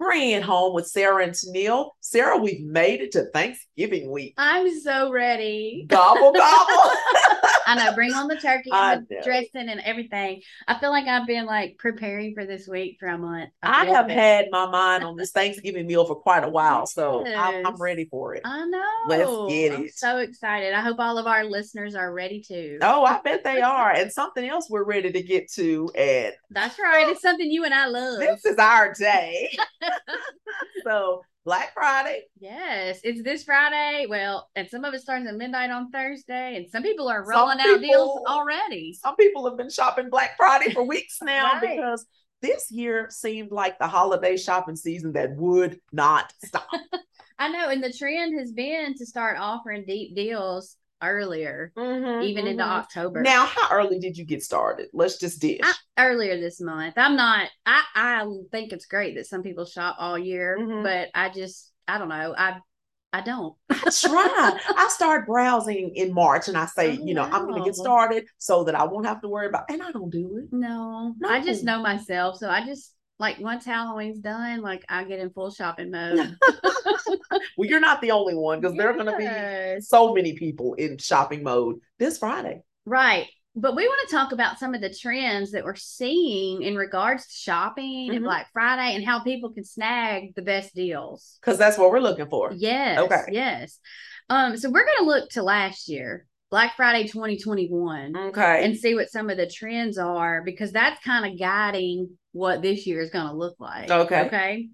Bring it home with Sarah and Tennille. Sarah, we've made it to Thanksgiving week. I'm so ready. Gobble, gobble. I know. Bring on the turkey I and the know. dressing and everything. I feel like I've been like preparing for this week for a month. I feel have it. had my mind on this Thanksgiving meal for quite a while, so I'm, I'm Yes. Uh, ready for it. I know. Let's get I'm it. so excited. I hope all of our listeners are ready too. Oh, I bet they are. And something else we're ready to get to, and That's right. It's something you and I love. this is our day. so Black Friday, Yes, it's this Friday. Well, and some of it starts at midnight on Thursday, and some people are Some rolling out deals people- Oh. already. some people have been shopping Black Friday for weeks now Right. because this year seemed like the holiday shopping season that would not stop. I know, and the trend has been to start offering deep deals earlier, even Mm-hmm. into October. Now, how early did you get started? Let's just dish. I, earlier this month, I'm not. I I think it's great that some people shop all year, Mhm. but I just I don't know. I I don't. I try. I start browsing in March and I say, Oh, you know, I'm going to get wow. started so that I won't have to worry about, and I don't do it. No, I just No. know myself, so I just like once Halloween's done, like I get in full shopping mode. Well, you're not the only one because there are going to be Yes. so many people in shopping mode this Friday. Right. But we want to talk about some of the trends that we're seeing in regards to shopping Mhm. and Black Friday and how people can snag the best deals. Because that's what we're looking for. Yes. Okay. Yes. Um, so we're going to look to last year, Black Friday 2021, Okay. and see what some of the trends are because that's kind of guiding what this year is going to look like. Okay. Okay.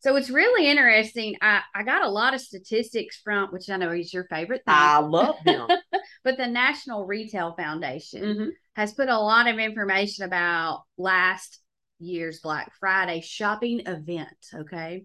So it's really interesting. I, I got a lot of statistics from, which I know is your favorite thing, I love them. but the National Retail Foundation Mhm. has put a lot of information about last year's Black Friday shopping event. Okay.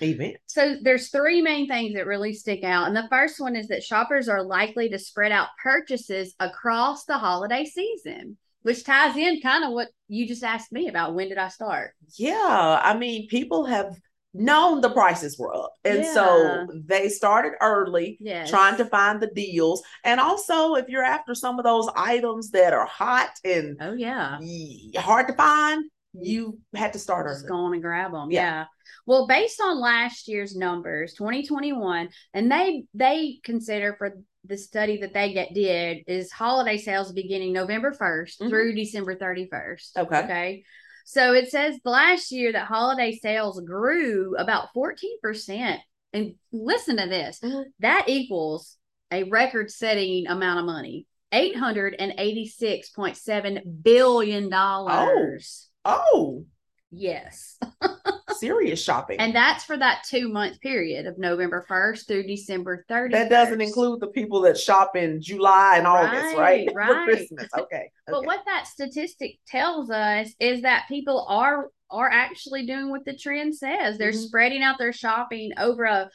Event. So there's three main things that really stick out. And the first one is that shoppers are likely to spread out purchases across the holiday season, which ties in kind of what you just asked me about. When did I start? Yeah. I mean, people have known the prices were up. And so they started early. Yes. Trying to find the deals. And also, if you're after some of those items that are hot and Oh, yeah. ye- hard to find, you had to start Just early. go on and grab them. Yeah. Yeah. Well, based on last year's numbers, 2021, and they they consider for the study that they get did is holiday sales beginning November 1st Mhm. through December 31st. Okay. Okay. So it says last year that holiday sales grew about 14%. And listen to this. Mhm. That equals a record-setting amount of money. $886.7 billion. Oh, Yes. serious shopping. And that's for that two month period of November 1st through December 30th. that doesn't include the people that shop in July and August, right? Right, For right. Christmas. Okay. But okay. what that statistic tells us is that people are are actually doing what the trend says. They're Mhm. spreading out their shopping over a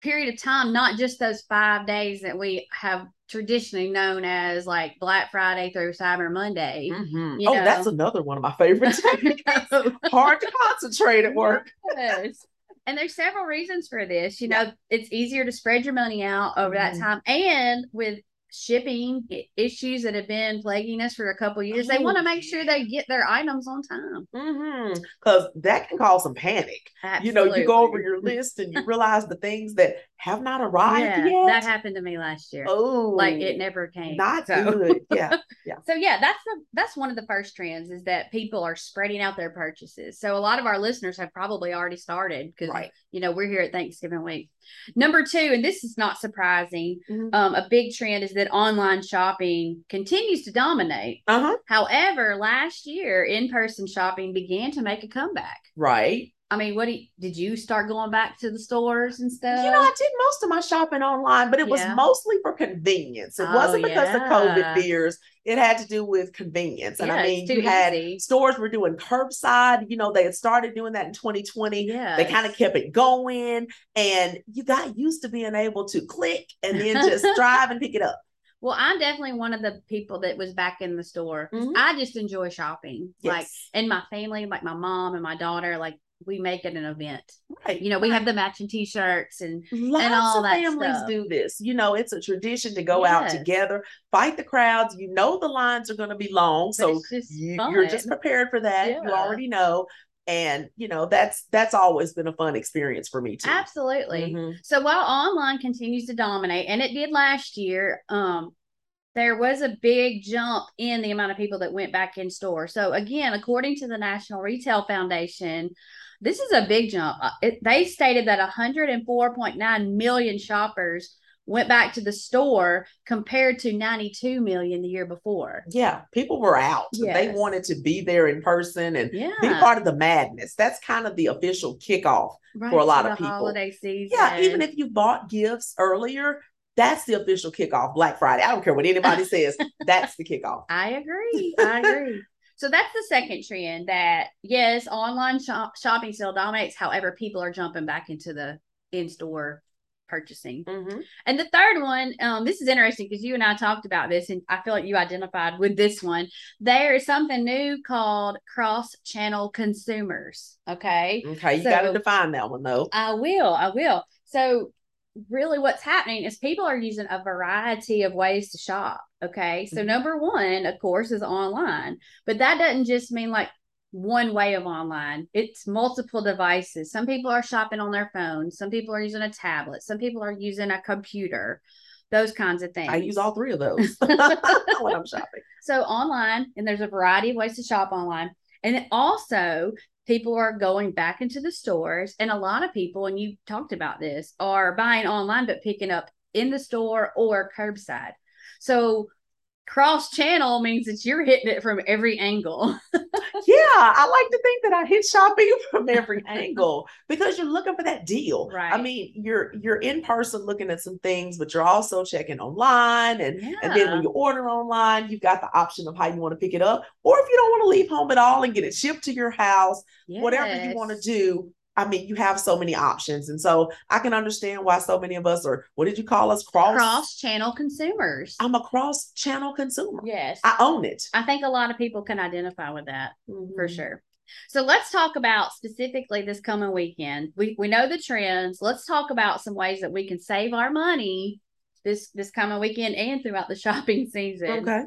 period of time, not just those five days that we have traditionally known as like Black Friday through Cyber Monday. Mhm. you Oh, that's know. another one of my favorites. No. Hard to concentrate Mm-hmm. at work. Yes. And there's several reasons for this. You know, it's easier to spread your money out over that Mhm. time. And with shipping i- issues that have been plaguing us for a couple years, they Oh, want to make sure they get their items on time. Because that can Mm-hmm. cause some panic. You know, you go over Absolutely. your list and you realize the things that have not arrived yeah, yet. that happened to me last year. oh, Like it never came. not so. good. Yeah. So yeah, that's the that's one of the first trends is that people are spreading out their purchases. So a lot of our listeners have probably already started because right. you know we're here at Thanksgiving week. Number two, and this is not surprising, Mhm. um, a big trend is that online shopping continues to dominate. Uh huh. However, last year in person shopping began to make a comeback. Right. I mean, what do you, did you start going back to the stores and stuff? you know, I did most of my shopping online, but it was Yeah. mostly for convenience. It Oh, wasn't because of COVID yeah. fears. It had to do with convenience. And Yeah, I it's mean, too you had easy. stores were doing curbside. You know, they had started doing that in 2020. yeah, They kind of kept it going, and you got used to being able to click and then just drive and pick it up. Well, I'm definitely one of the people that was back in the store. Mhm. I just enjoy shopping. Like Yes. and my family, like my mom and my daughter, like we make it an event. right. You know, we have the matching t-shirts and Lots all of that families stuff. do this. You know, it's a tradition to go out Yes. together, fight the crowds. You know, the lines are going to be long. but so it's just you, you're just fun. prepared for that. You Yeah. already know. and you know that's that's always been a fun experience for me too Absolutely. Mhm. So while online continues to dominate, and it did last year, um, there was a big jump in the amount of people that went back in store. So again, according to the National Retail Foundation, this is a big jump. Uh, It, they stated that 104.9 million shoppers went back to the store compared to 92 million the year before. yeah people were out they Yes. wanted to be there in person and Yeah, be part of the madness that's kind of the official kickoff right, for a lot of to the people. Holiday season. yeah even if you bought gifts earlier that's the official kickoff black friday i don't care what anybody says that's the kickoff I agree. I agree. So that's the second trend that yes, online shop- shopping still dominates. However, people are jumping back into the in-store purchasing. Mhm. And the third one, um, this is interesting because you and I talked about this, and I feel like you identified with this one. There is something new called cross-channel consumers. Okay. okay you got to So- define that one though Oh, I will. I will. So, really, what's happening is people are using a variety of ways to shop. Okay. So, Mhm. number one, of course, is online, but that doesn't just mean like one way of online, it's multiple devices. Some people are shopping on their phone, some people are using a tablet, some people are using a computer, those kinds of things. i use all three of those when i'm shopping So online, and there's a variety of ways to shop online. And it also, people are going back into the stores, and a lot of people, and you talked about this, are buying online but picking up in the store or curbside. So cross channel means that you're hitting it from every angle. yeah i like to think that i hit shopping from every angle because you're looking for that deal i Right. mean you're you're in person looking at some things but you're also checking online and Yeah. And then when you order online, you've got the option of how you want to pick it up. Or if you don't want to leave home at all and get it shipped to your house, whatever you want to Yes. do. I mean, you have so many options. And so I can understand why so many of us are, what did you call us? Cross. Cross channel consumers. I'm a cross channel consumer. yes. I own it. I think a lot of people can identify with that. for Mhm. sure. So let's talk about specifically this coming weekend. We we know the trends. Let's talk about some ways that we can save our money this this coming weekend and throughout the shopping season. Okay.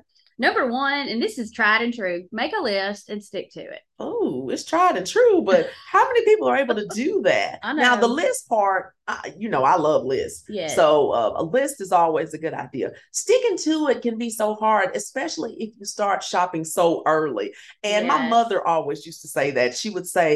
Number one, and this is tried and true, make a list and stick to it. Oh, it's tried and true, but how many people are able to do that? I Now, the know. list part, I, you know, I love lists. Yes. So uh, a list is always a good idea. Sticking to it can be so hard, especially if you start shopping so early. And my Yes. mother always used to say that. She would say,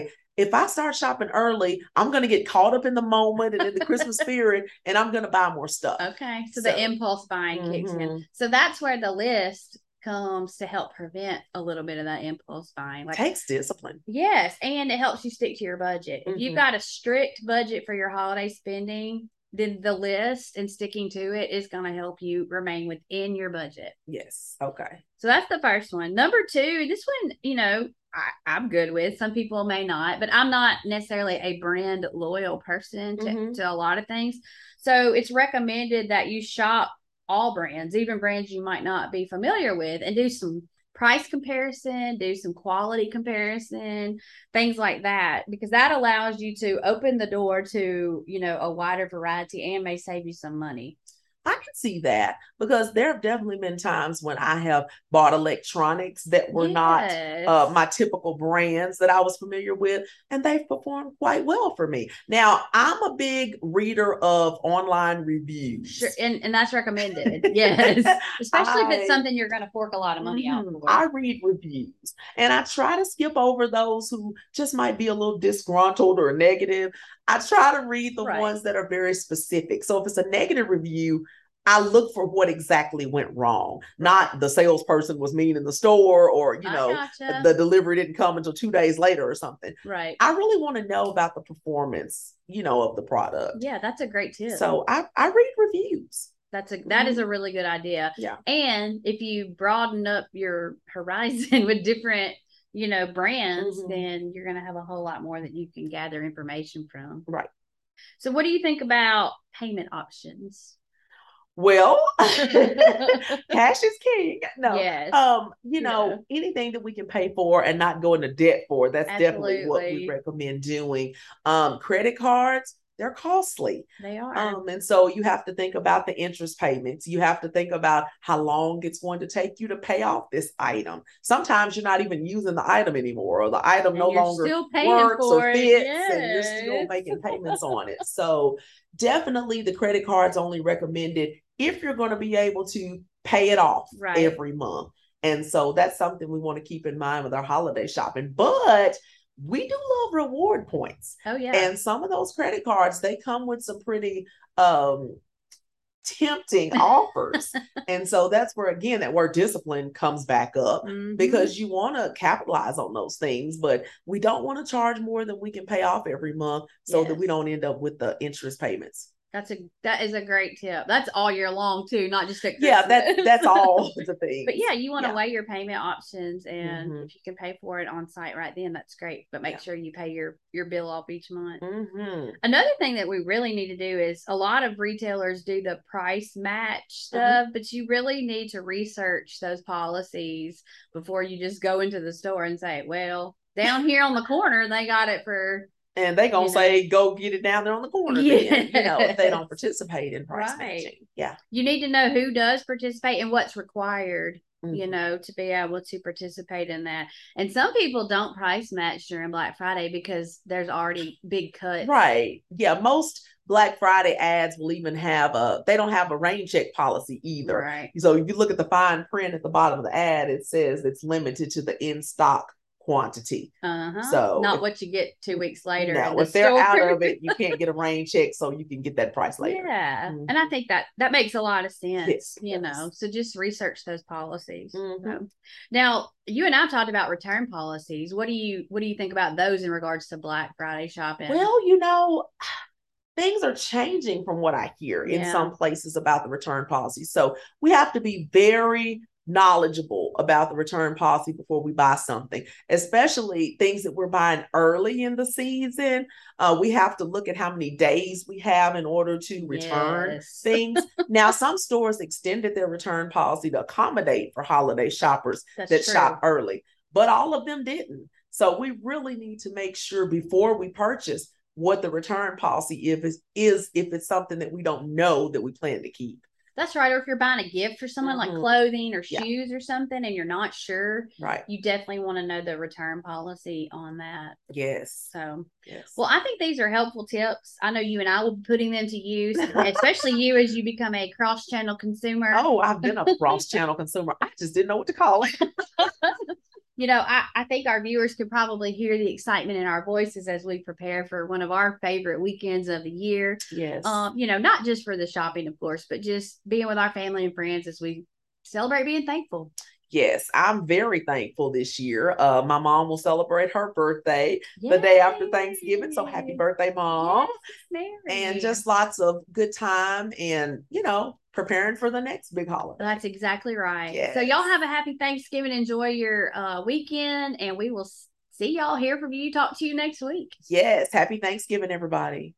if I start shopping early, I'm going to get caught up in the moment and in the Christmas spirit, and I'm going to buy more stuff. Okay. So, So- the impulse buying kicks in. Mhm. So that's where the list comes to help prevent a little bit of that impulse buying. Like Takes discipline. Yes, and it helps you stick to your budget. If Mhm. you've got a strict budget for your holiday spending, then the list and sticking to it is going to help you remain within your budget. Yes. Okay. So that's the first one. Number two, this one, you know, I, I'm good with. Some people may not, but I'm not necessarily a brand loyal person to, Mhm. to a lot of things. So it's recommended that you shop all brands, even brands you might not be familiar with, and do some price comparison, do some quality comparison, things like that, because that allows you to open the door to, you know, a wider variety and may save you some money. I can see that because there have definitely been times when I have bought electronics that were not uh, Yes. my typical brands that I was familiar with, and they've performed quite well for me. Now, I'm a big reader of online reviews. Sure, and, and that's recommended. Yes, especially if I- it's something you're going to fork a lot of money out Mhm. for. I read reviews and I try to skip over those who just might be a little disgruntled or negative. I try to read the Right. ones that are very specific. So if it's a negative review, I look for what exactly went wrong, not the salesperson was mean in the store or, you I know, gotcha. the delivery didn't come until two days later or something. right. I really want to know about the performance, you know, of the product. yeah, that's a great tip. So I, I read reviews. That's a that is a really good idea. Yeah. And if you broaden up your horizon with different, you know, brands, Mhm. then you're going to have a whole lot more that you can gather information from. Right. So what do you think about payment options? Well, cash yes. is king. No. Um, you know, Yeah. anything that we can pay for and not go into debt for, that's definitely what we Absolutely. recommend doing. Um, credit cards, they're costly. They are. Um, and so you have to think about the interest payments. You have to think about how long it's going to take you to pay off this item. Sometimes you're not even using the item anymore, or the item And no you're longer still paying works for or it. fits, and you're still Yes. making payments on it. So definitely, the credit card's only recommended if you're going to be able to pay it off Right. every month. And so that's something we want to keep in mind with our holiday shopping. But we do love reward points. Oh yeah. And some of those credit cards, they come with some pretty um tempting offers. And so that's where again that word discipline comes back up Mhm. because you want to capitalize on those things, but we don't want to charge more than we can pay off every month so that we Yes. don't end up with the interest payments. that's a that is a great tip. That's all year long too, not just at Yeah, that Christmas. that's all the things. But yeah, you want to Yeah. weigh your payment options, and Mhm. if you can pay for it on site right then, that's great. But make Yeah. sure you pay your your bill off each month. Mhm. Another thing that we really need to do is a lot of retailers do the price match Mm-hmm. stuff, but you really need to research those policies before you just go into the store and say, "Well, down here on the corner, they got it for And they gonna You know. say, go get it down there on the corner. then," you know, if they don't Yes. participate in price Right. matching. Yeah. you need to know who does participate and what's required you Mhm. know to be able to participate in that and some people don't price match during black friday because there's already big cuts Right. Yeah. Most Black Friday ads will even have a, they don't have a rain check policy either. right So if you look at the fine print at the bottom of the ad, it says it's limited to the in stock quantity. uh-huh So not if- what you get two weeks later in Now, the if they're out store. of it, you can't get a rain check, so you can get that price later. yeah Mhm. and i think that that makes a lot of sense Yes, you yes. know so just research those policies Mhm. So- now you and i've talked about return policies what do you what do you think about those in regards to black friday shopping Well, you know, things are changing from what I hear in Yeah. some places about the return policy. So we have to be very knowledgeable about the return policy before we buy something, especially things that we're buying early in the season. Uh, we have to look at how many days we have in order to return Yes. things. now, some stores extended their return policy to accommodate for holiday shoppers that's that true. shop early, but all of them didn't. So we really need to make sure before we purchase what the return policy if is, is if it's something that we don't know that we plan to keep. That's right. Or if you're buying a gift for someone like Mhm. clothing or Yeah. shoes or something and you're not sure, Right. you definitely want to know the return policy on that. Yes. So, Yes. well, I think these are helpful tips. I know you and I will be putting them to use, especially you as you become a cross channel consumer. oh, I've been a cross channel consumer. I just didn't know what to call it. You know, I, I think our viewers could probably hear the excitement in our voices as we prepare for one of our favorite weekends of the year. Yes. Um, you know, not just for the shopping, of course, but just being with our family and friends as we celebrate being thankful. yes. I'm very thankful this year. Uh my mom will celebrate her birthday the day after Thanksgiving. So happy Yay. birthday, mom. Yes, Mary. And just lots of good time and you know, preparing for the next big holiday. that's exactly right. So Yes. y'all have a happy Thanksgiving. Enjoy your uh, weekend, and we will s- see y'all, hear from you, talk to you next week. Yes. Happy Thanksgiving, everybody.